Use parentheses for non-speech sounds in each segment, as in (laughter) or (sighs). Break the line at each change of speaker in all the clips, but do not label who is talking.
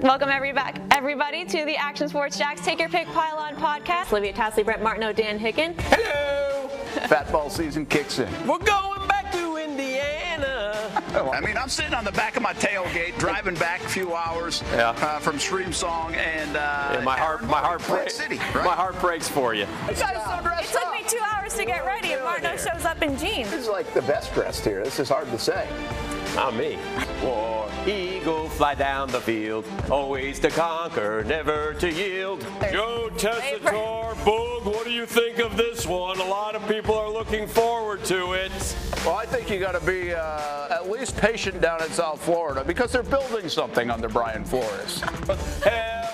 Welcome every back, everybody to the Action Sports Jacks Take Your Pick Pylon podcast. Olivia Tasley, Brett Martineau, Dan Hicken.
Hello.
Fatball season kicks in.
We're going back to Indiana.
I mean, I'm sitting on the back of my tailgate, driving back a few hours
Yeah.
uh, from Stream Song and uh,
Yeah, my heart, my heart
Atlantic
breaks.
City, right?
My heart breaks for you.
You guys so
It
dressed
took me two hours to get ready, and Martino shows up in jeans.
This is like the best dressed here. This is hard to say. Not Ah, me. War eagle, fly down the field, always to conquer, never to yield.
Joe Tessitore, Boog, what do you think of this one? A lot of people are looking forward to it.
Well, I think you got to be uh, at least patient down in South Florida because they're building something under Brian Flores.
Hell,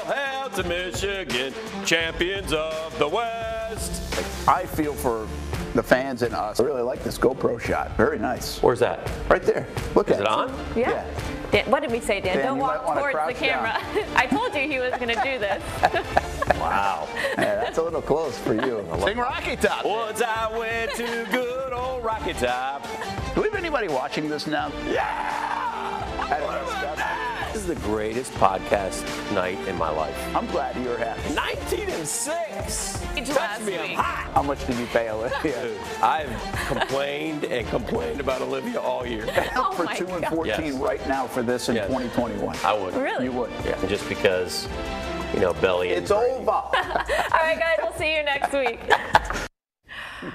hell to Michigan, champions of the West.
I feel for.
the fans and us.
I really like this GoPro shot.
Very nice.
Where's that?
Right there. Look
Is
at
it on?
Yeah. Dan, what did we say, Dan?
Dan,
Don't
you
walk
might wanna
towards the
crouch down.
camera. (laughs) I told you he was going to do
(laughs)
this.
Wow.
Yeah, that's a little close for you.
Sing Rocky Top.
Once I went to good old Rocky Top.
Do we have anybody watching this now?
This is the greatest podcast night in my life.
I'm glad you're happy.
19 and 6.
last week.
How much did you pay Olivia?
I've complained and complained about Olivia all year.
Oh
for
my
2 and
God.
14
Yes.
right now for this in
Yes.
2021.
I would.
Really?
You would.
Yeah, just because, you know, belly.
It's
injury.
over.
(laughs)
All right, guys, we'll see you next week.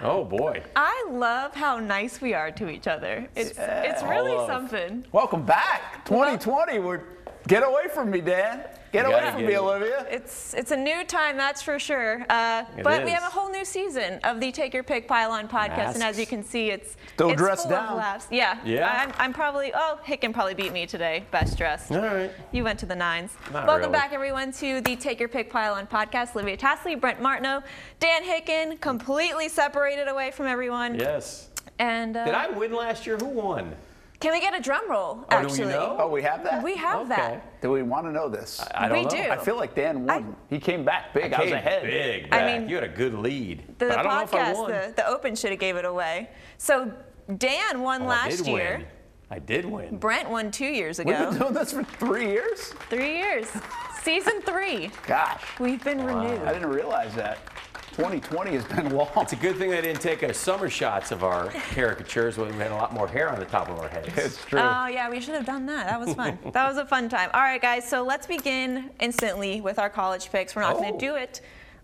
Oh, boy.
I love how nice we are to each other. It's, it's really something.
Welcome back. 2020. We're get away from me, Dan. Get away
gotta
from
get
me,
it.
Olivia.
It's it's a new time, that's for sure. Uh,
It
but we
is.
have a whole new season of the Take Your Pick Pylon podcast, and as
Masks.
you can see, it's
Still
it's
dressed
full
down.
Of laughs. Yeah.
Yeah.
I'm, I'm probably oh Hick can probably beat me today, best dressed.
All right.
You went to the nines.
Not
Welcome
really.
back, everyone, to the Take Your Pick Pylon podcast. Olivia Tasley, Brent Martineau, Dan Hicken, completely separated away from everyone.
Yes.
And uh,
Did I win last year? Who won?
Can we get a drum roll?
Oh, do we
Actually,
know?
Oh, we have that.
We have
Okay.
that.
Do we want to know this?
I don't
We
know.
do.
I feel like Dan won. he came back big. I, was
Came
ahead.
Big.
I
Back.
mean,
you had a good lead.
The,
but I don't know if I
podcast,
won.
the, the Open should have gave it away. So Dan won
Oh, I
last
did
year.
Win. I did win.
Brent won two years
We've been
ago.
doing this for three years.
Three years. Season three.
Gosh,
We've been renewed.
I didn't realize that. 2020 has been long.
It's a good thing they didn't take us summer shots of our caricatures when we had a lot more hair on the top of our heads.
It's true.
Oh, yeah, we should have done that. That was
(laughs)
fun. that was a fun time. All right, guys, so let's begin instantly with our college picks. We're not going
Oh.
to do it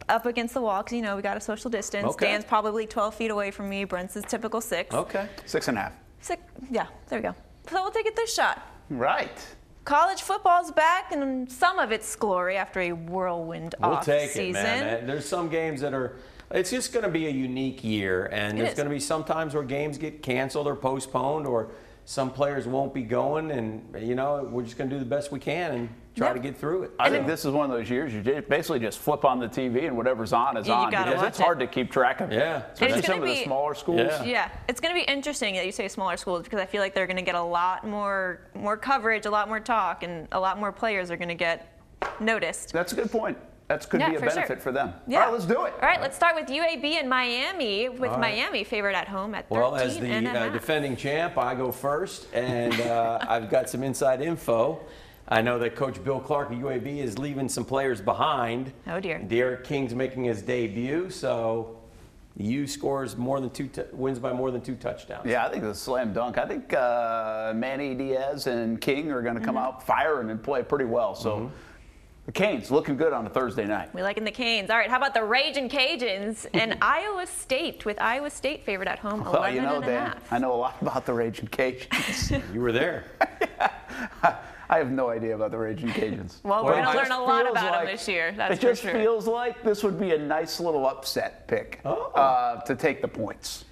up against the wall because, you know, we got a social distance.
Okay.
Dan's probably 12 feet away from me. Brent's is typical six.
Okay.
Six and a half.
Six. Yeah, there we go. So we'll take it this shot.
Right.
College football's back in some of its glory after a whirlwind
We'll
off
take
season.
it, man. Uh, There's some games that are. It's just going to be a unique year, and
It
there's
is.
going to be some times where games get canceled or postponed, or some players won't be going, and you know we're just going to do the best we can and try
Yeah.
to get through it.
I think this is one of those years you ju- basically just flip on the TV and whatever's on is
You- you
on
gotta
because it's
watch it.
hard to keep track of.
Yeah.
especially
It's
some
gonna
of the
be-
smaller schools.
Yeah.
Yeah, it's going to be interesting that you say smaller schools because I feel like they're going to get a lot more more coverage, a lot more talk, and a lot more players are going to get noticed.
That's a good point. That could
Yeah,
be a
for sure.
benefit for them.
Yeah.
All right, let's do it.
All right, let's start with UAB and Miami. With
right.
Miami favored at home at 13
Well, as the
and a
uh,
half.
defending champ, I go first, and uh, (laughs) I've got some inside info. I know that Coach Bill Clark of UAB is leaving some players behind.
Oh, dear.
Derek King's making his debut, so U scores more than two t- wins by more than two touchdowns.
Yeah, I think it's a slam dunk. I think uh, Manny Diaz and King are going to come
Mm-hmm.
out firing and play pretty well. So
Mm-hmm.
the Canes looking good on a Thursday night.
we liking the Canes. All right, how about the Raging
(laughs)
Cajuns and Iowa State with Iowa State favored at home 11
Well, you know,
and a
Dan,
half.
I know a lot about the Raging
(laughs)
Cajuns.
You were there.
I have no idea about the Raging Cajuns.
Well, we're going
Well, it
to learn
just
a lot
feels
about them
like-
this year. That's
it just
for sure.
feels like this would be a nice little upset pick
Oh.
uh, to take the points.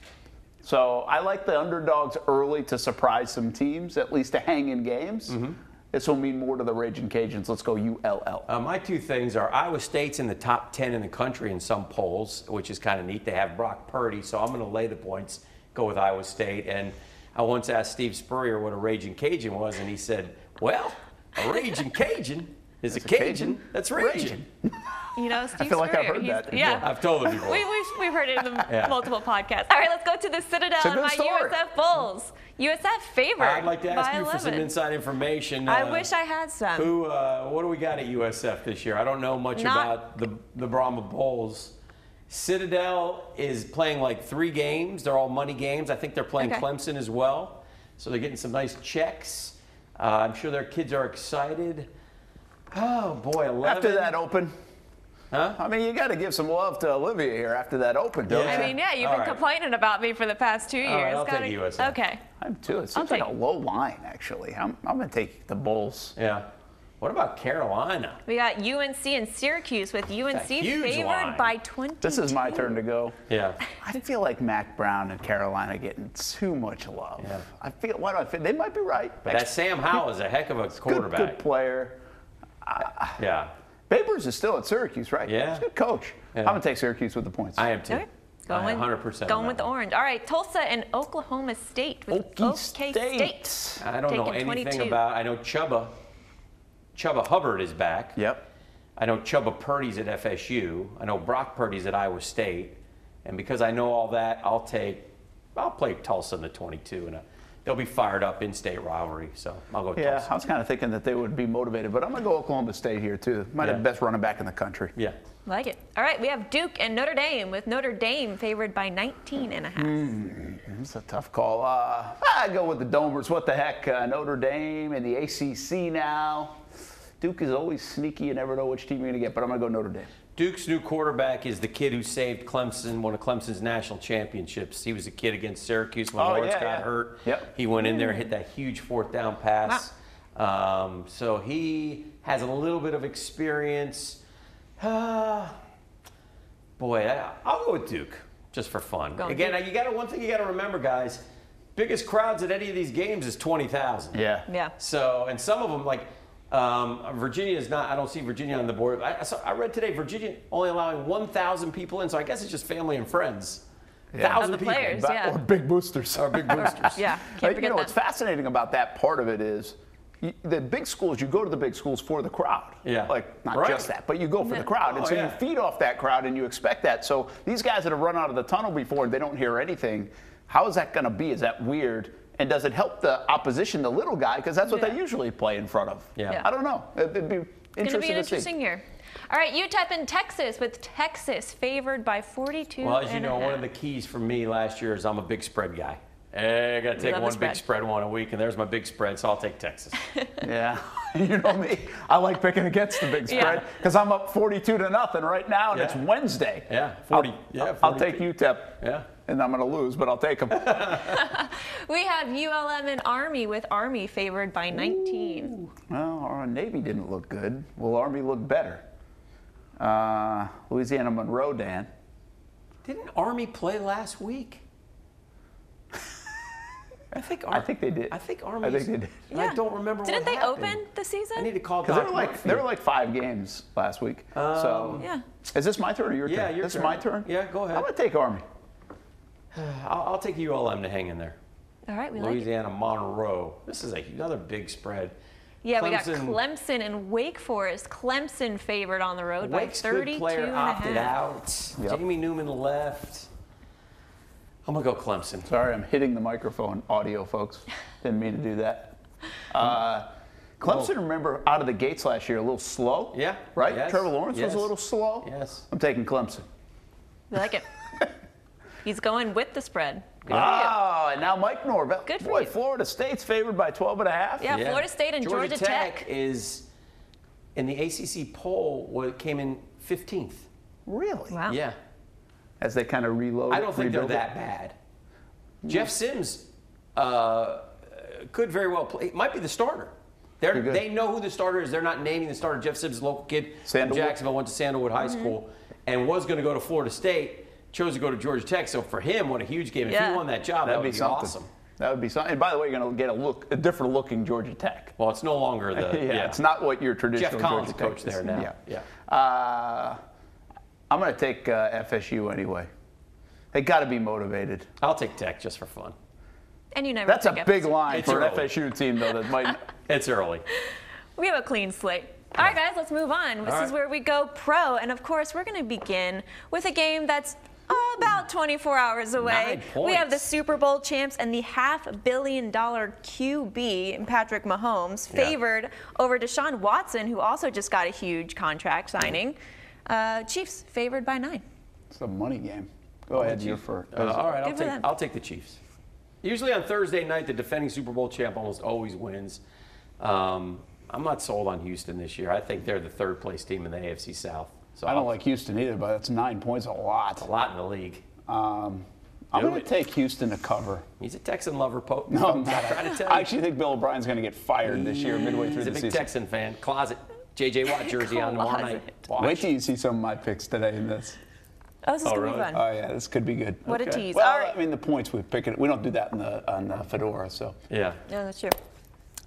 So I like the underdogs early to surprise some teams, at least to hang in games.
Mm-hmm.
This will mean more to the Raging Cajuns. Let's go ULL.
Uh, my two things are Iowa State's in the top 10 in the country in some polls, which is kind of neat. They have Brock Purdy, so I'm going to lay the points, go with Iowa State. And I once asked Steve Spurrier what a Raging Cajun was, and he said, Well, a Raging Cajun is a Cajun,
Cajun.
that's
Raging."
Raging.
You know, Steve
feel like I've
Spurrier,
heard
he's-
that before.
Yeah.
I've told him before.
We, we've, we've heard it in
(laughs)
the
Yeah.
multiple podcasts. All right, let's go to the Citadel
a
and
good
my
story.
USF Bulls. USF favored.
I'd like to ask
by
you
11.
for some inside information.
I
uh,
wish I had some.
Who? Uh, what do we got at USF this year? I don't know much
Not-
about the the Brahma Bulls. Citadel is playing like three games. They're all money games. I think they're playing
Okay.
Clemson as well, so they're getting some nice checks. Uh, I'm sure their kids are excited. Oh boy, 11.
After that open,
huh?
I mean, you got to give some love to Olivia here after that open, don't
Yeah.
I mean, yeah, you've
All
been
right.
complaining about me for the past two years.
right, I'll
Gotta-
take USF.
Okay.
you? I'm too. It seems
I'll
like a
take-
low line, actually. I'm, I'm going to take the Bulls.
Yeah. What about Carolina?
We got UNC and Syracuse with UNC
huge
favored
line.
by 20.
This is my turn to go.
Yeah.
I feel like Mac Brown and Carolina getting too much love.
Yeah.
I feel why do I feel they might be right.
But that Sam Howell is a heck of a
good,
quarterback.
good player.
Yeah.
Babers is still at Syracuse, right?
Yeah.
He's a good coach.
Yeah.
I'm gonna take Syracuse with the points.
I am too.
Okay.
I
Going,
100%
going
on
with
that
the
one.
orange. All right, Tulsa and Oklahoma State with OK
Okie State.
I don't know
taking
anything
22.
about. I know Chuba. Chuba Hubbard is back.
Yep.
I know Chuba Purdy's at FSU. I know Brock Purdy's at Iowa State. And because I know all that, I'll take. I'll play Tulsa in the 22, and uh they'll be fired up in-state rivalry. So I'll go
Yeah,
Tulsa.
I was kind of thinking that they would be motivated, but I'm gonna go Oklahoma State here too. Might have
Yeah.
the best running back in the country.
Yeah.
Like it. All right, we have Duke and Notre Dame with Notre Dame favored by 19 and a half.
Hmm. It's a tough call. Uh, I go with the Domers. What the heck? Uh, Notre Dame and the ACC now. Duke is always sneaky. You never know which team you're gonna get, but I'm gonna go Notre Dame.
Duke's new quarterback is the kid who saved Clemson, one of Clemson's national championships. He was a kid against Syracuse when
Oh,
Lawrence
yeah,
got
yeah.
hurt.
Yep.
He went in there and hit that huge fourth down pass. Um, so he has a little bit of experience. (sighs) Uh, boy, I, I'll go with Duke just for fun.
Go with
Again,
Duke.
you got to one thing you got to remember, guys. Biggest crowds at any of these games is twenty thousand.
Yeah.
Yeah.
So, and some of them, like um, Virginia is not. I don't see Virginia on the board. I, I, saw, I read today Virginia only allowing 1,000 people in. So I guess it's just family and friends. Thousand
Of the
people.
players.
But-
Yeah.
Or big boosters.
Or (laughs)
(laughs)
big boosters.
Yeah,
Uh,
can't
you
forget
know
that.
what's fascinating about that part of it is y- the big schools. You go to the big schools for the crowd.
Yeah.
Like not
Right.
just that, but you go for
Yeah.
the crowd, and
Oh,
so
yeah.
you feed off that crowd, and you expect that. So these guys that have run out of the tunnel before and they don't hear anything, how is that going to be? Is that weird? And does it help the opposition, the little guy, because that's what
Yeah.
they usually play in front of?
Yeah. Yeah.
I don't know. It'd it'd be interesting
It's going to be an
to see.
interesting year. All right, UTEP and Texas with Texas favored by 42
Well, as you
and a
know, one
half.
of the keys for me last year is I'm a big spread guy. Eh, I got to take
love the
one big
spread.
spread one a week, and there's my big spread, so I'll take
(laughs)
Texas.
Yeah, (laughs) you know me. I like picking against the big spread
Yeah.
because I'm up 42 to nothing right now, and it's
Yeah.
Wednesday.
Yeah, 40
I'll,
yeah,
I'll
42.
take UTEP.
Yeah.
And I'm going to lose, but I'll
(laughs)
take them.
we have ULM and Army with Army favored by 19.
well, our Navy didn't look good. Will Army look better? Uh, Louisiana Monroe, Dan.
Didn't Army play last week? I think Ar-
I think they did.
I think
I
Army.
think they did.
I don't remember.
Didn't
what
they
happened.
open the season?
I need to call.
Because
Doc
there were like
Murphy.
there were like five games last week. so
Yeah.
is this my turn or your
Um, Yeah,
turn?
your
this
turn.
is my turn.
Yeah, go ahead.
I'm gonna take Army.
I'll, I'll take ULM to hang in there.
All right, we like it.
Louisiana Monroe. This is a, another big spread.
Yeah, we got Clemson and Wake Forest. Clemson favored on the road
Wake's
by 32
good player
and a
opted
half.
out.
Yep.
Jamie Newman left. I'm gonna go Clemson.
Sorry, I'm hitting the microphone audio, folks. Didn't mean to do that. Uh, Clemson, remember, out of the gates last year, a little slow.
Yeah.
Right?
Yes.
Trevor Lawrence was
Yes.
a little slow.
Yes.
I'm taking Clemson.
We
(laughs)
like it. He's going with the spread. Good for you.
Ah, and now Mike Norvell.
Good for
Boy,
you.
Florida State's favored by 12 and a half.
Yeah. Florida State and
Georgia,
Georgia Tech.
is in the ACC poll. What came in 15th?
Really?
Wow.
Yeah.
As they kind of reload.
I don't think they're
rebuild it.
that bad. Jeff Sims uh, could very well play. Might be the starter. They're,
Pretty good.
they know who the starter is. They're not naming the starter. Jeff Sims, is a local kid from
Sandalwood.
Jacksonville, went to Sandalwood High School, and was going to go to Florida State. Chose to go to Georgia Tech. So for him, what a huge game! If
Yeah.
he won that job, that
That'd
would
be,
be,
something.
awesome.
That would be something. And by the way, you're going to get a look, a different looking Georgia Tech. (laughs)
Well, it's no longer the
yeah, it's not what your traditional
Collins
Georgia Tech
coach
is.
there now.
Yeah, Uh, I'm going to take uh, FSU anyway. They got to be motivated.
I'll take Tech just for fun.
And you never
That's
think
a
of
big
it.
line
It's
for an
(laughs)
early.
FSU team, though. That might.
It's early.
We have a clean slate. All right, guys, let's move on. This
All
is
right.
where we go pro, and of course, we're going to begin with a game that's about 24 hours away.
Nine
We have the
points.
Super Bowl champs and the half billion dollar QB in Patrick Mahomes, favored over Deshaun Watson, who also just got a huge contract signing. Uh, Chiefs favored by nine.
It's the money game. Go ahead, you're first.
Uh, all right, I'll
Good for
take,
them.
I'll take the Chiefs. Usually on Thursday night, the defending Super Bowl champ almost always wins. Um, I'm not sold on Houston this year. I think they're the third place team in the AFC South. So
I don't
I'll-
like Houston either, but that's nine points a
a
lot.
lot in the league.
Um, I'm
Do
going
it.
to take Houston
(laughs)
to cover.
He's a Texan lover, Pope.
No, I'm not.
trying to tell you.
I actually think Bill O'Brien's going to get fired this year, midway through
He's a
the
big
season.
Texan fan. Closet. JJ
(laughs)
Watt jersey on tomorrow night. Watch.
Wait till you see some of my picks today in this.
Oh, this is going to
really?
be fun.
Oh yeah, this could be good.
What a Okay. tease.
Well,
All right.
I mean the points we pick it. We don't do that in the on the Fedora, so
Yeah.
No, that's true.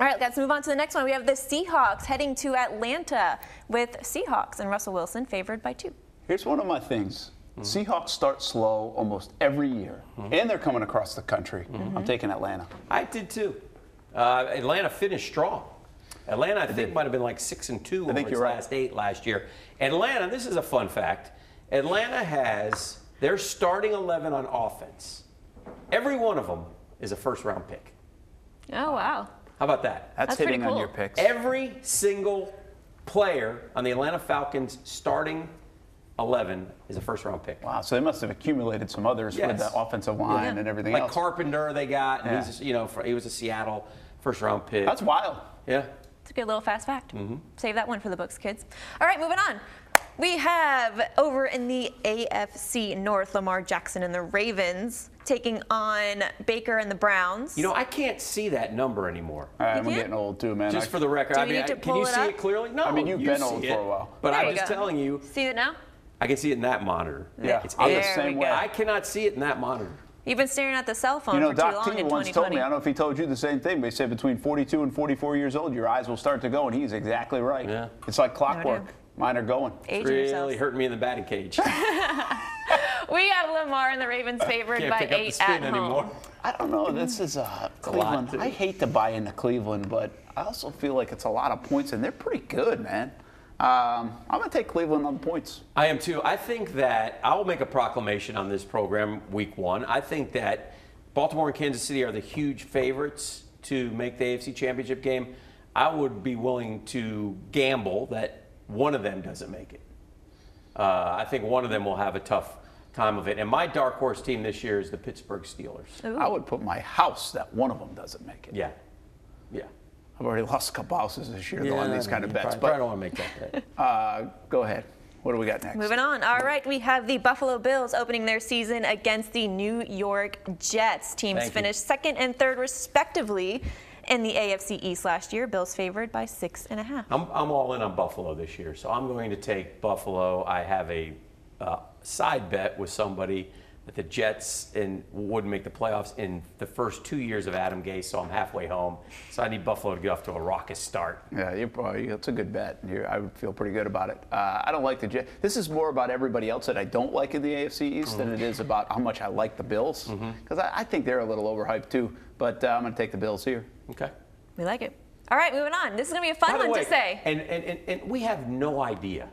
All right, let's move on to the next one. We have the Seahawks heading to Atlanta with Seahawks and Russell Wilson favored by two.
Here's one of my things. Seahawks start slow almost every year, and they're coming across the country.
Mm-hmm.
I'm taking Atlanta.
I did too. Uh, Atlanta finished strong. Atlanta, I think, might have been like six and two over
think
its
you're right.
last eight last year. Atlanta, this is a fun fact. Atlanta has their starting eleven on offense. Every one of them is a first round pick.
Oh, wow.
How about that?
That's pretty hitting on cool. your
picks.
Every single player on the Atlanta Falcons starting eleven is a first round pick.
Wow, so they must have accumulated some others with
Yes.
the offensive line and everything
Like
else.
Carpenter, they got. and
Yeah.
He's, you know, for, he was a Seattle first round pick.
That's wild.
yeah.
It's a good little fast fact.
Mm-hmm.
Save that one for the books, kids. All right, moving on. We have over in the AFC North, Lamar Jackson and the Ravens taking on Baker and the Browns.
You know, I can't see that number anymore.
All right, I'm
can't-
getting old too, man.
Just
I-
for the record,
Do
I
we
mean,
need to
I- can
pull
you
it
see
up?
it clearly? No,
I mean, you've
you
been
see
old
it.
for a while.
But
There
I'm
you
just
go.
telling you,
see it now?
I can see it in that monitor.
Yeah,
it's
I'm
There
the
we
same
go.
way.
I cannot see it in that monitor.
You've been staring at the cell phone
You know,
for
Doc
too long
T
in
once told
2020.
me, I don't know if he told you the same thing, but he said between 42 and 44 years old, your eyes will start to go, and he's exactly right.
Yeah.
It's like clockwork. Mine are going.
Aging
Really
yourselves.
hurting me in the
(laughs)
batting cage.
We got Lamar and the Ravens favored
Can't
by
pick up the
eight at
spin
home.
anymore.
I don't know. This is uh,
a lot,
Cleveland.
too.
I hate to buy into Cleveland, but I also feel like it's a lot of points, and they're pretty good, man. Um, I'm going to take Cleveland on the points.
I am too. I think that I will make a proclamation on this program week one. I think that Baltimore and Kansas City are the huge favorites to make the AFC Championship game. I would be willing to gamble that one of them doesn't make it. Uh, I think one of them will have a tough time of it. And my dark horse team this year is the Pittsburgh Steelers.
I would put my house that one of them doesn't make it.
Yeah. Yeah.
I've already lost a couple houses this year though, on these kind of
you
bets.
Probably, probably don't want to make that bet.
but uh, go ahead. What do we got next?
Moving on. All right, we have the Buffalo Bills opening their season against the New York Jets. Teams
Thank you.
finished second and third respectively in the AFC East last year. Bills favored by six and a half.
I'm, I'm all in on Buffalo this year, so I'm going to take Buffalo. I have a uh, side bet with somebody that the Jets in, would make the playoffs in the first two years of Adam Gase, so I'm halfway home. So I need Buffalo to get off to a raucous start.
Yeah, you're probably, that's a good bet. You're, I would feel pretty good about it. Uh, I don't like the Jets. This is more about everybody else that I don't like in the AFC East
Mm-hmm.
than it is about how much I like the Bills. Because I, I think they're a little overhyped too. But uh, I'm going to take the Bills here.
Okay.
We like it. All right, moving on. This is going to be a fun
By the
one
way,
to say. (laughs)
And, and, and, and we have no idea.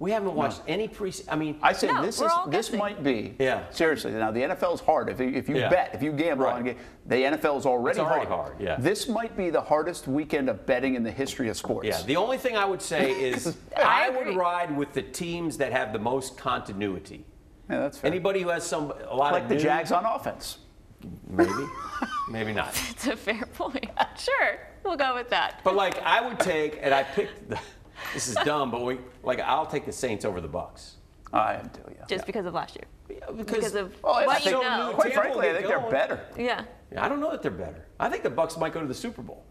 We haven't watched any pre. I mean,
I said
No,
this
we're
is
all
this
guessing.
might be.
Yeah.
Seriously, now the NFL is hard. If you, if you
Yeah.
bet, if you gamble
Right.
on it, the NFL is
It's
already,
already hard, yeah.
This might be the hardest weekend of betting in the history of sports.
yeah, the only thing I would
(laughs)
say is
I
I, would
agree.
ride with the teams that have the most continuity.
Yeah, that's fair.
Anybody who has some a lot
like
of
the
new-
Jags on offense.
Maybe. Maybe not.
It's a fair point. (laughs) Sure, we'll go with that.
But like I would take, and I picked. The, this is dumb, but we like I'll take the Saints over the Bucks.
I do, yeah.
Just because of last year.
Because, Oh,
of
Well, I
what
think-
you
so
know.
new.
Quite
Tampa
frankly,
will
I
get
think they're
going.
better.
Yeah.
I don't know that they're better. I think the Bucks might go to the Super Bowl.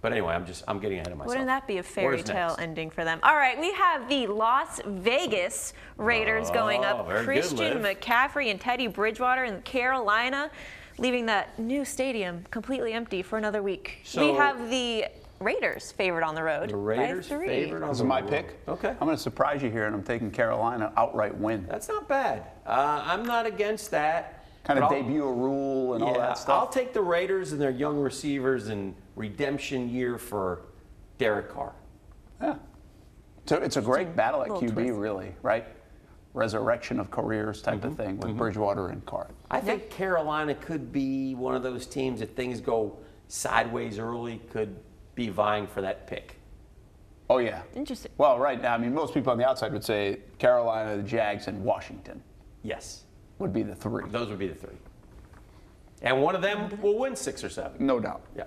But anyway, I'm just I'm getting ahead of myself.
Wouldn't that be a
What
fairy
is
tale
next?
ending for them? All right, we have the Las Vegas Raiders going up.
Oh, very good,
Christian
Liv.
McCaffrey and Teddy Bridgewater in Carolina, leaving that new stadium completely empty for another week. we
So-
have the Raiders favored on the road.
The Raiders
by three.
favored on
This is
the
my
road.
pick.
Okay.
I'm going to surprise you here, and I'm taking Carolina outright win.
That's not bad. Uh, I'm not against that.
Kind
But
of
I'll-
debut a rule and all
yeah,
that stuff.
I'll take the Raiders and their young receivers and redemption year for Derek Carr.
yeah. So it's a great battle at
little
QB,
twist.
really, right? Resurrection of careers type
Mm-hmm.
of thing with Bridgewater and Carr.
I think Carolina could be one of those teams if things go sideways early, could be vying for that pick.
Oh yeah.
Interesting.
Well, right now, I mean, most people on the outside would say Carolina, the Jags, and Washington
Yes,
would be the three.
those would be the three. And one of them will win six or seven.
No doubt.
Yeah.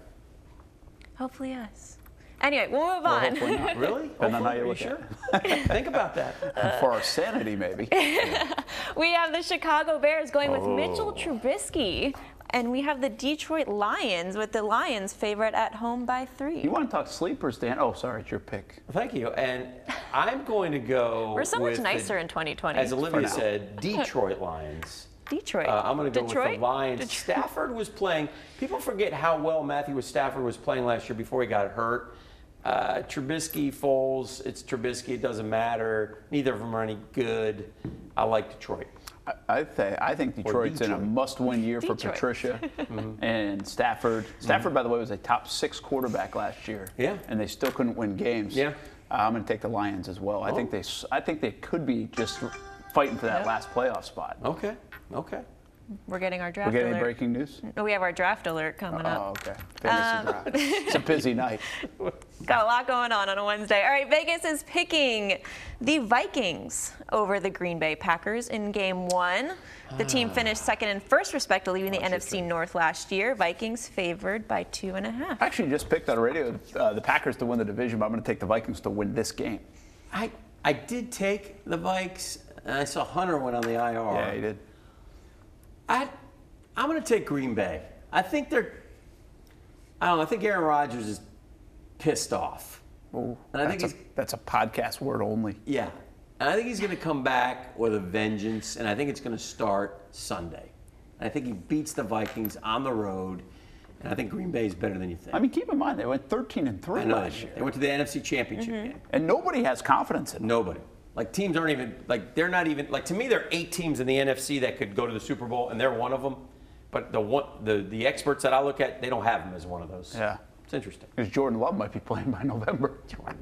Hopefully, yes. Anyway, we'll move on.
Hopefully (laughs) not.
Really?
Depending on how
Hopefully,
you
are
look
sure? Uh, think about that.
And for our sanity, maybe.
(laughs)
(laughs)
We have the Chicago Bears going with
Oh.
Mitchell Trubisky, and we have the Detroit Lions with the Lions favorite at home by three.
You want to talk sleepers, Dan? Oh, sorry, it's your pick.
Thank you. And I'm going to go.
We're so
with
much
the-
nicer in 2020.
As Olivia
now.
said, Detroit Lions.
Detroit.
Uh, I'm going to go with
Detroit?
the Lions.
Detroit.
Stafford was playing. People forget how well Matthew Stafford was playing last year before he got hurt. Uh, Trubisky, Foles, it's Trubisky. It doesn't matter. Neither of them are any good. I like Detroit.
I, I, th- I think Detroit's in a
Detroit.
must-win year for
Detroit. (laughs) Mm-hmm.
Patricia and Stafford. Stafford, by the way, was a top six quarterback last year.
Mm-hmm. Yeah.
And they still couldn't win games.
Yeah. Oh.
Uh, I'm going to take the Lions as well. I think they s- I think they could be just fighting for that last playoff spot.
Okay. Okay.
We're getting our
We
draft
get any
alert.
breaking news?
We have our draft alert coming
Oh,
up. Um,
okay. Fantasy
(laughs)
draft. it's a busy night.
Got a lot going on on a Wednesday. All right, Vegas is picking the Vikings over the Green Bay Packers in game one. The team
Ah.
finished second and first, respectively, in the NFC North last year. Vikings favored by two and a half.
I actually just picked on radio uh, the Packers to win the division, but I'm going to take the Vikings to win this game.
I I did take the Vikes. And I saw Hunter went on the IR.
Yeah, you did.
I, I'm going to take Green Bay. I think they're. I don't. know, I think Aaron Rodgers is pissed off. and I think
That's a,
he's.
that's a podcast word only.
Yeah, and I think he's going to come back with a vengeance, and I think it's going to start Sunday. And I think he beats the Vikings on the road, and I think Green Bay is better than you think.
I mean, keep in mind they went 13 and
I
three
know
last
they,
year,
they went to the NFC Championship game.
and nobody has confidence in them.
Nobody. Like teams aren't even like they're not even like to me there are eight teams in the NFC that could go to the Super Bowl and they're one of them. But the one the the experts that I look at they don't have them as one of those.
Yeah.
It's interesting.
Because Jordan Love might be playing by November.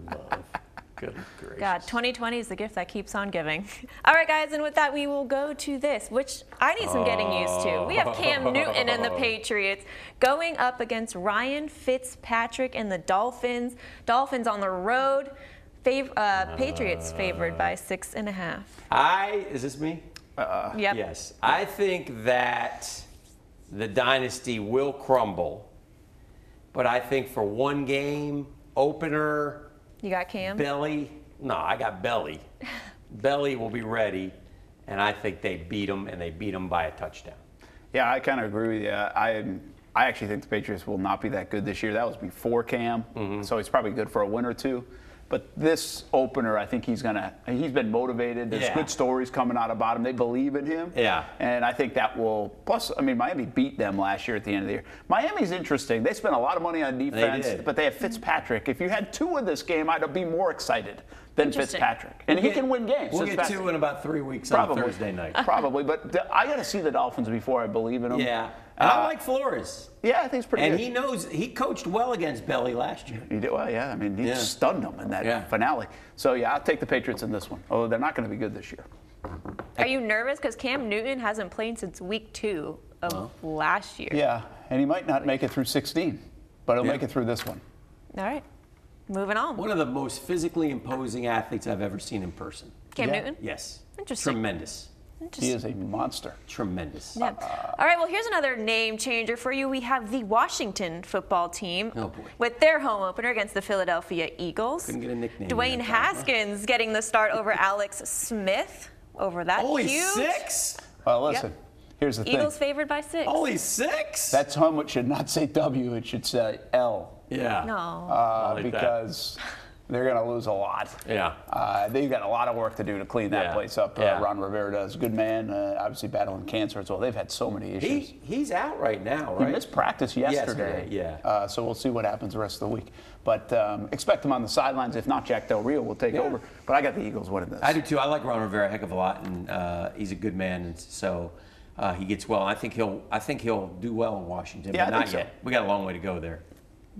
Love. Good gracious.
God, 2020 is the gift that keeps on giving. (laughs) All right, guys, and with that, we will go to this, which I need some getting used to. We have Cam Newton and the Patriots going up against Ryan Fitzpatrick and the Dolphins. Dolphins on the road. Fav- uh, Patriots favored by six and a half.
I is this me?
Uh,
Yep.
Yes. I think that the dynasty will crumble. But I think for one game, opener,
You got Cam.
Belly. No, I
(laughs)
got Belly. Belly will be ready, and I think they beat them, and they beat them by a touchdown.
Yeah, I kind of agree with you. I I actually think the Patriots will not be that good this year. That was before Cam,
Mm-hmm.
so he's probably good for a win or two. But this opener, I think he's gonna. He's been motivated. There's
Yeah.
good stories coming out about him. They believe in him.
Yeah.
And I think that will. Plus, I mean, Miami beat them last year at the end of the year. Miami's interesting. They spent a lot of money on defense,
did.
but they have Fitzpatrick. If you had two in this game, I'd be more excited than Fitzpatrick, and he can win games.
We'll get
Fitzpatrick.
two in about three weeks on Thursday night.
(laughs) Probably, but th- I got to see the Dolphins before I believe in
(laughs)
them.
Yeah, and I
Uh,
like Flores,
Yeah, I think it's pretty
and
good.
he knows he coached well against Belly last year.
He did well, yeah. I mean, he
Yeah.
stunned them in that
Yeah.
finale. So yeah, I'll take the Patriots in this one. Although they're not going to be good this year.
Are you nervous? Because Cam Newton hasn't played since week two of last year.
Yeah, and he might not make it through 16, but he'll
Yeah.
make it through this one.
All right. Moving on.
One of the most physically imposing athletes I've ever seen in person.
Cam
Yeah.
Newton?
Yes,
Interesting.
tremendous,
He is a monster.
tremendous.
Yeah. All right, well, here's another name changer for you. We have the Washington football team
Oh, boy.
with their home opener against the Philadelphia Eagles.
Couldn't get a nickname
Dwayne
in that
Haskins getting the start
(laughs)
over Alex Smith over that
Only
huge.
Oh, six. Oh.
Well, Uh, listen, here's the
Eagles
thing.
favored by six.
Only six.
That's home. It should not say W. It should say L
yeah.
no.
uh,
like that.
because they're going to lose a lot.
Yeah.
Uh, they've got a lot of work to do to clean that
Yeah.
place up. Uh,
Yeah.
Ron Rivera does. Good man. Uh, obviously battling cancer as well. They've had so many issues.
He he's out right now,
He
right?
missed practice yesterday.
Yesterday, yeah.
Uh, so we'll see what happens the rest of the week. But um, expect him on the sidelines. If not, Jack Del Rio will take
Yeah.
over. But I got the Eagles winning this.
I do too. I like Ron Rivera a heck of a lot, and uh, he's a good man, and so uh, he gets well. I think he'll I think he'll do well in Washington,
Yeah, I
but
think
not
so.
yet. We got a long way to go there.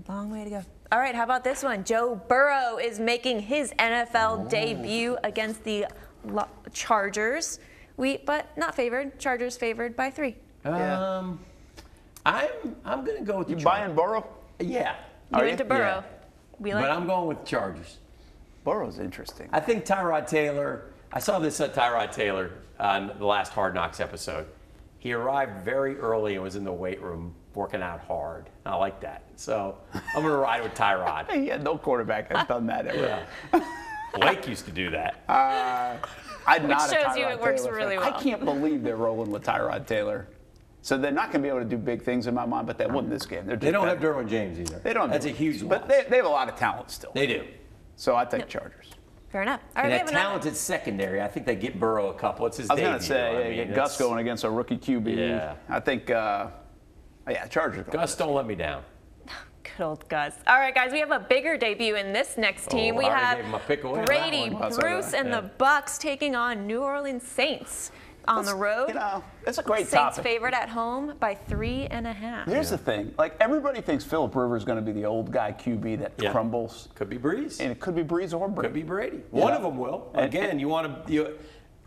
Long way to go. All right, how about this one? Joe Burrow is making his
Oh.
NFL debut against the Lo- Chargers. We, but not favored. Chargers favored by three.
Yeah.
Um, I'm I'm gonna go with
You
the
buying Burrow?
Char- Yeah,
You
Are
went
you?
to Burrow.
Yeah.
We like.
but I'm going with Chargers.
Burrow's interesting.
I think Tyrod Taylor. I saw this at Tyrod Taylor on the last Hard Knocks episode. He arrived very early and was in the weight room working out hard. I like that. So I'm gonna ride with
(laughs)
Tyrod.
(laughs) He had no quarterback that's done that ever.
Yeah. Blake used to do that.
I'm not a
shows you
Tyrod
it works
Taylor fan.
really well.
I can't believe they're rolling with Tyrod Taylor. So they're not going to be able to do big things in my mind, but they won this game. They're just
They don't have
better.
Derwin James either.
They don't. have
That's a
Derwin
huge
James,
one.
But they, they have a lot of talent still.
they do.
so I take Chargers.
fair enough. All right, we
And that
have another.
talented secondary, I think they get Burrow a couple. It's his
I was
debut.
going to say, yeah,
I
you
mean,
get Gus
it's-
going against a rookie QB.
Yeah.
I think, uh, yeah, Chargers. Go.
Gus, don't let me down.
Good old Gus. All right, guys, we have a bigger debut in this next team.
Oh,
we
I already
have
gave him a pick away on that
Brady,
one. That's all right,
Bruce, and
yeah.
the Bucks taking on New Orleans Saints on the road.
You know, that's a great
Saints
topic.
favored at home by three and a half.
Here's the thing. Like, everybody thinks Philip Rivers is going to be the old guy QB that
Yeah.
crumbles.
Could be Breeze.
And it could be Breeze or Brady.
Could be Brady. One
Yeah.
of them will.
And-
Again, you want to. You,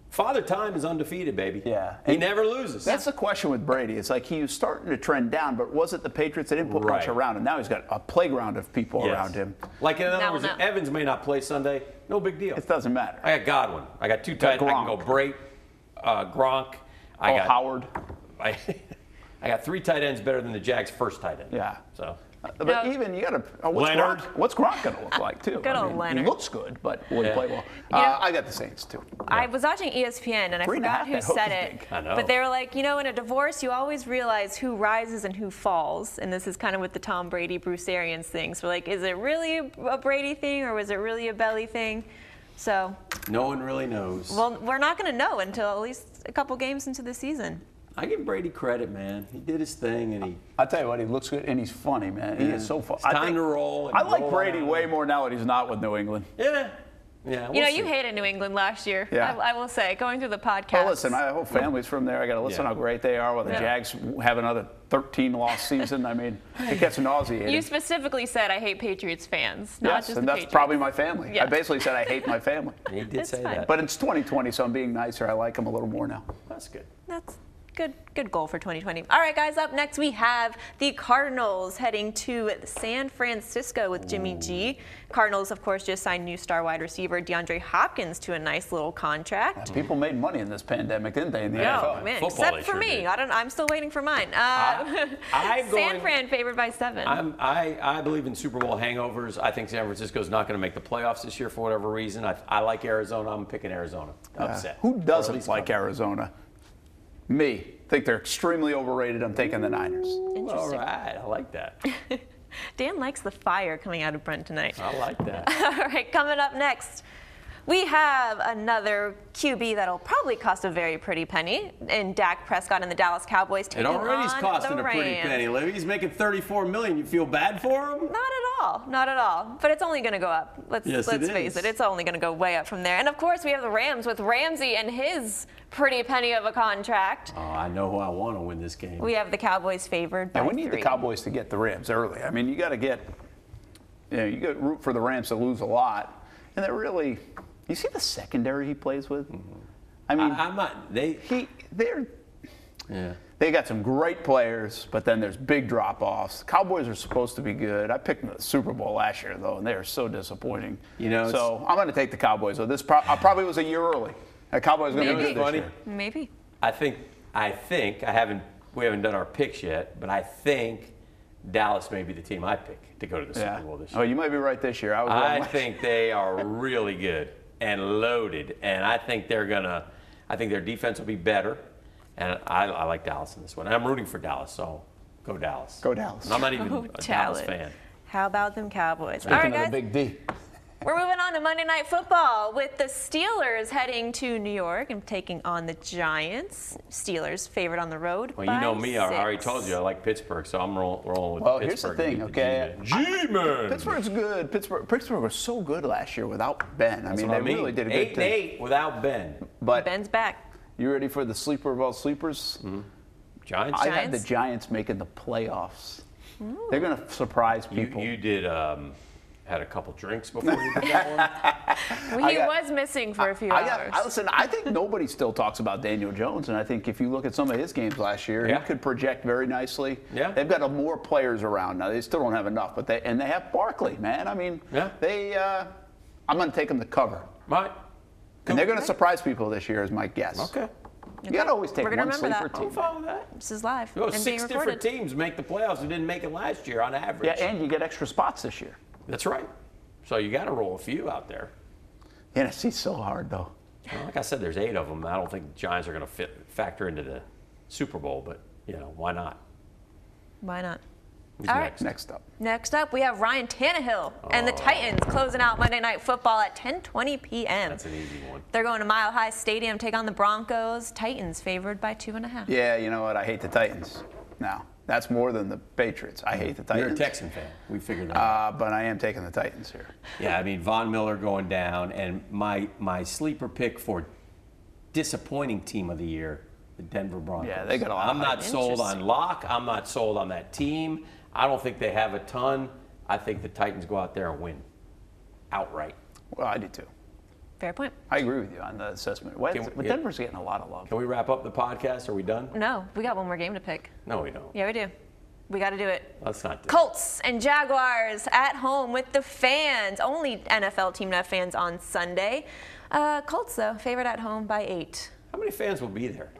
Father Time is undefeated, baby.
Yeah.
He
And-
never loses.
That's the question with Brady. It's like he was starting to trend down, but was it the Patriots? They didn't put
Right.
much around him. Now he's got a playground of people
Yes.
around him.
Like in other
Now
words,
we'll
if
know.
Evans may not play Sunday. No big deal.
It doesn't matter.
I got Godwin. I got two tight. I can go
Gronk.
Bray, uh, Gronk. I
oh,
got
Howard.
I, (laughs) I got three tight ends better than the Jags' first tight end.
Yeah.
So.
Uh, But
No.
even you got to. Oh, what's
Leonard.
Gronk, what's Gronk going to
(laughs)
look like too?
Good old Leonard.
He looks good, but will he
Yeah.
play well?
You know-
Uh, I got the Saints too.
I was watching E ESPN and I
Three and a
forgot
half, (laughs)
who
that hook
said
is
it.
big.
I know.
But they were like, you know, in a divorce, you always realize who rises and who falls. And this is kind of with the Tom Brady, Bruce Arians thing. So, like, is it really a Brady thing or was it really a Belly thing? So,
No one really knows.
well, we're not going to know until at least a couple games into the season.
I give Brady credit, man. He did his thing, and he
I tell you what, he looks good and he's funny, man. He
Yeah.
is so funny.
It's time to roll and
I like
roll
Brady
out.
way more now that he's not with New England.
yeah, yeah.
You know,
we'll
you
see.
hated New England last year.
Yeah.
I, I will say, going through the podcast.
Well, listen, my whole family's from there. I got to listen
Yeah.
how great they are. While the
Yeah.
Jags have another
(laughs)
13 loss season, I mean, it gets nauseating.
you specifically said I hate Patriots fans, not
yes,
just
and
the
that's
Patriots.
probably my family.
Yeah.
I basically said
(laughs)
I hate my family.
He did
It's
say
fine.
that.
But it's 2020, so I'm being nicer. I like them a little more now.
that's good.
That's good. Good goal for 2020. All right, guys. Up next, we have the Cardinals heading to San Francisco with Jimmy G. Cardinals, of course, just signed new star wide receiver DeAndre Hopkins to a nice little contract.
Mm-hmm.
People made money in this pandemic, didn't they? In the
Yeah.
Oh
NFL.
man,
Football,
except
they
for
sure
me.
did.
I don't. I'm still waiting for mine. Uh, (laughs)
I
San
going-
Fran favored by 7
I'm, I, I believe in Super Bowl hangovers. I think San Francisco's not going to make the playoffs this year for whatever reason. I, I like Arizona. I'm picking Arizona. Upset. Or
Who
at
doesn't
least
like
cover.
Arizona? Me. Think they're extremely overrated. I'm taking the Niners.
All
Interesting.
right. I like that.
Dan likes the fire coming out of Brent tonight.
I like
(laughs)
that.
All right, coming up next, we have another QB that'll probably cost a very pretty penny in Dak Prescott and the Dallas Cowboys
It
taking
already's
on
costing
the
a pretty
Rams.
penny. Libby, he's making 34 million. You feel bad for him?
Not at all, not at all. But it's only going to go up. Let's
Yes, it
let's face
is.
it, it's only going to go way up from there. And of course, we have the Rams with Ramsey and his pretty penny of a contract.
Oh, I know who I want to win this game.
We have the Cowboys favored by
And we need
three.
the Cowboys to get the Rams early. I mean, you got to get, you know, you got to root for the Rams to lose a lot. And that really, you see the secondary he plays with? I mean,
Mm-hmm. I, am not. They.
he, they're,
Yeah.
they got some great players, but then there's big drop offs. Cowboys are supposed to be good. I picked them in the Super Bowl last year, though, and they are so disappointing.
You know,
so I'm going to take the Cowboys. So this pro- I probably was a year early. The Cowboys are going to
You
be
know
good
what's
this
funny?
year.
Maybe.
I think. I think. I haven't. We haven't done our picks yet, but I think Dallas may be the team I pick to go to the
Yeah.
Super Bowl this year.
Oh, you might be right this year. I was. wrong
I
(laughs) last
think they are really good and loaded, and I think they're gonna. I think their defense will be better, and I, I like Dallas in this one. I'm rooting for Dallas, so go Dallas.
Go Dallas.
And I'm not even
Oh,
a Dallas
Dallas.
fan.
How about them Cowboys?
year.
all right,
Speaking
guys.
of the Big D.
We're moving on to Monday Night Football with the Steelers heading to New York and taking on the Giants. Steelers favored on the road.
Well, you
by
know me. I already
six.
told you I like Pittsburgh, so I'm roll, rolling with
Well, here's the
Pittsburgh. and
thing,
get the G-Man. G-Man.
Pittsburgh's good. Pittsburgh, Pittsburgh was so good last year without Ben. I
That's
mean,
what
they
I mean.
really did a
eight
good thing.
and eight without Ben. Mm-hmm.
But
Ben's back.
you ready for the sleeper of all sleepers?
Giants.
I had the
Giants?
Giants making the playoffs. They're going to surprise
You,
people.
you did um, had a couple drinks before you did
(laughs)
that one.
Well, he
got-
was missing for a few
I
hours.
got, I, listen, I think nobody still talks about Daniel Jones, and I think if you look at some of his games last year,
Yeah.
he could project very nicely.
Yeah.
They've got a, more players around now. They still don't have enough, but they and they have Barkley, man. I mean,
Yeah.
they. Uh, I'm going to take them to cover,
Right.
and they're going to surprise people this year, is my guess.
Okay.
You got to always take
We're
one
gonna
sleeper
remember that.
team.
Follow that.
This is live
Well,
and being
six different
recorded.
teams make the playoffs who didn't make it last year on average.
Yeah, and you get extra spots this year.
That's right. So you got to roll a few out there.
The NFC's so hard, though.
Well, like I said, there's eight of them. I don't think the Giants are going to fit factor into the Super Bowl, but you know why not?
Why not?
Who's
All right.
next?
Next up.
Next up, we have Ryan Tannehill and the
Oh.
Titans closing out Monday Night Football at 10:20 p.m.
That's an easy one.
They're going to Mile High Stadium, take on the Broncos. Titans favored by two and a half.
Yeah, you know what? I hate the Titans. Now, that's more than the Patriots. I hate the
You're a
Titans.
Texan fan. We figured that. out.
Uh, but I am taking the Titans here.
Yeah, I mean Von Miller going down, and my my sleeper pick for disappointing team of the year, the Denver Broncos.
Yeah, they got a lot of
I'm not
hype.
sold on Locke. I'm not sold on that team. I don't think they have a ton. I think the Titans go out there and win outright.
Well, I do too.
Fair point.
I agree with you on the assessment. Why-
Can we-
but Denver's getting a lot of love.
Can we wrap up the podcast? Are we done?
No, we got one more game to pick.
No, we don't.
Mm. Yeah, we do. We got to do it.
Let's not do
Colts and Jaguars at home with the fans. Only NFL team to have fans on Sunday. Uh, Colts though favored at home by eight.
it. How many fans will be there?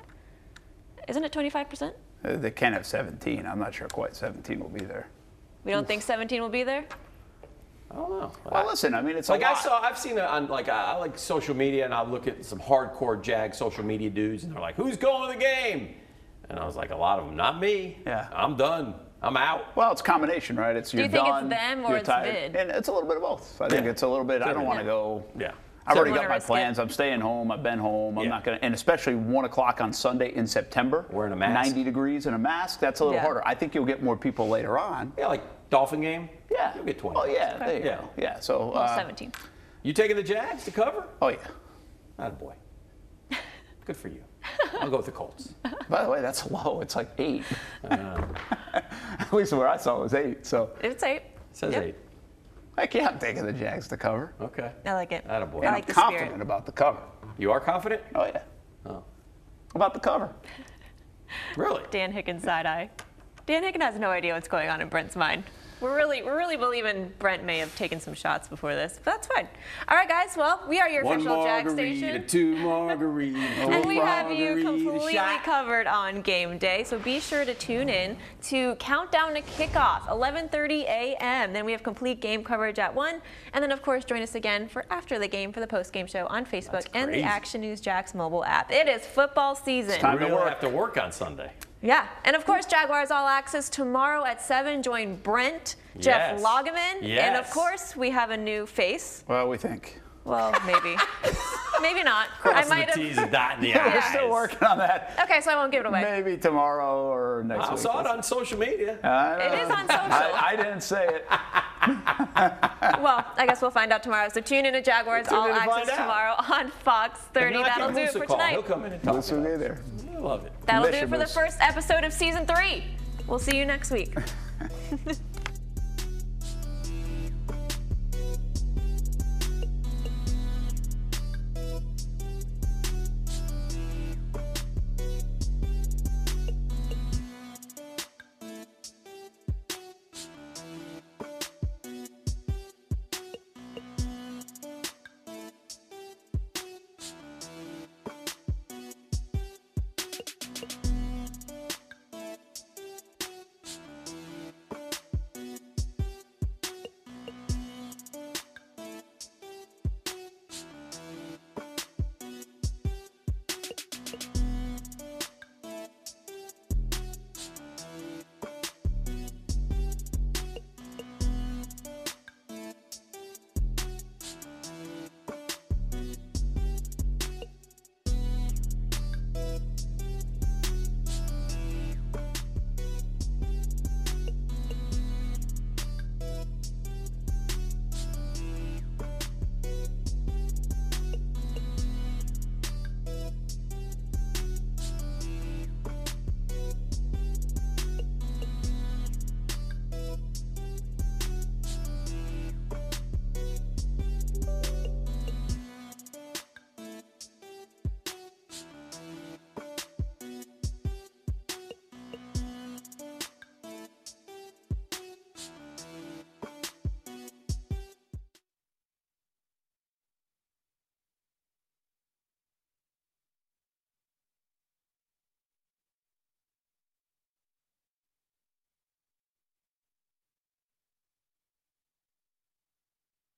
Isn't it 25 percent?
Uh, They can't have 17. I'm not sure quite 17 will be there.
We don't think 17 will be there.
I don't know.
Well, listen, I mean, it's
like
a
I
lot.
saw, I've seen it on like I I like social media, and I look at some hardcore jag social media dudes, and they're like, "Who's going to the game?" And I was like, "A lot of them, not me.
Yeah.
I'm done. I'm out."
Well, it's a combination, right? It's you're
you think it's
done,
them or
you're
it's
tired,
vid?
and it's a little bit of both. I think
Yeah.
it's a little bit. I don't want to
Yeah.
go.
Yeah.
I've already
Wanna
got my
risk it.
plans. I'm staying home. I've been home. I'm
Yeah.
not gonna, and especially one o'clock on Sunday in September.
Wearing a mask.
90 degrees and a mask. That's a little
Yeah.
harder. I think you'll get more people later on.
Yeah, like Dolphin game.
Yeah.
You'll get 20.
Oh yeah. There you
Yeah.
go. Yeah. So.
Well,
uh,
17.
You taking the Jags to cover?
Oh yeah.
Not a boy. Good for you. I'll go with the Colts.
By the way, that's (laughs) low. It's like eight. (laughs) At least where I saw it was eight. So
It's eight.
Says
Yep.
eight.
heck yeah, I'm taking the Jags to cover.
Okay.
I like it.
Atta boy.
I
And
like
I'm
the
confident
spirit.
about the cover.
You are confident?
Oh yeah.
Oh.
About the cover.
Really?
Dan Hicken side eye. Dan Hicken has no idea what's going on in Brent's mind. We're really, we're really believing Brent may have taken some shots before this, but that's fine. All right, guys. Well, we are your
One
official Jag
margarita,
station,
two
(laughs)
margarita,
and we have you completely
shot.
covered on game day. So be sure to tune in to Countdown to Kickoff, 11:30 a.m. Then we have complete game coverage at one, and then of course join us again for after the game for the post game show on Facebook and the
crazy.
Action News Jacks mobile app. It is football season.
time
We
to
don't
work.
have to work on Sunday.
Yeah, and of course, Jaguars All Access tomorrow at 7. Join Brent, Jeff
Yes.
Loggeman, and of
Yes.
course, we have a new face.
Well, we think.
Well,
(laughs)
maybe. maybe not. I
Crossing
might
the T's
have.
and
(laughs)
dotting the
We're
I's.
still working on that.
Okay, so I won't give it away.
Maybe tomorrow or next
I
week.
saw it on social media.
I
It
don't
is
know.
on social.
I, I didn't
(laughs)
say it.
well, I guess we'll find out tomorrow. So tune in to Jaguars
Tune in
All
to find
Access
out.
tomorrow on Fox 30.
If not,
That'll
give
do it
Moose a
for
call.
tonight.
He'll come in and talk.
This will
about
be
it.
there.
I love it.
That'll do it
Mission
for the
Moose.
first episode of season three. We'll see you next week.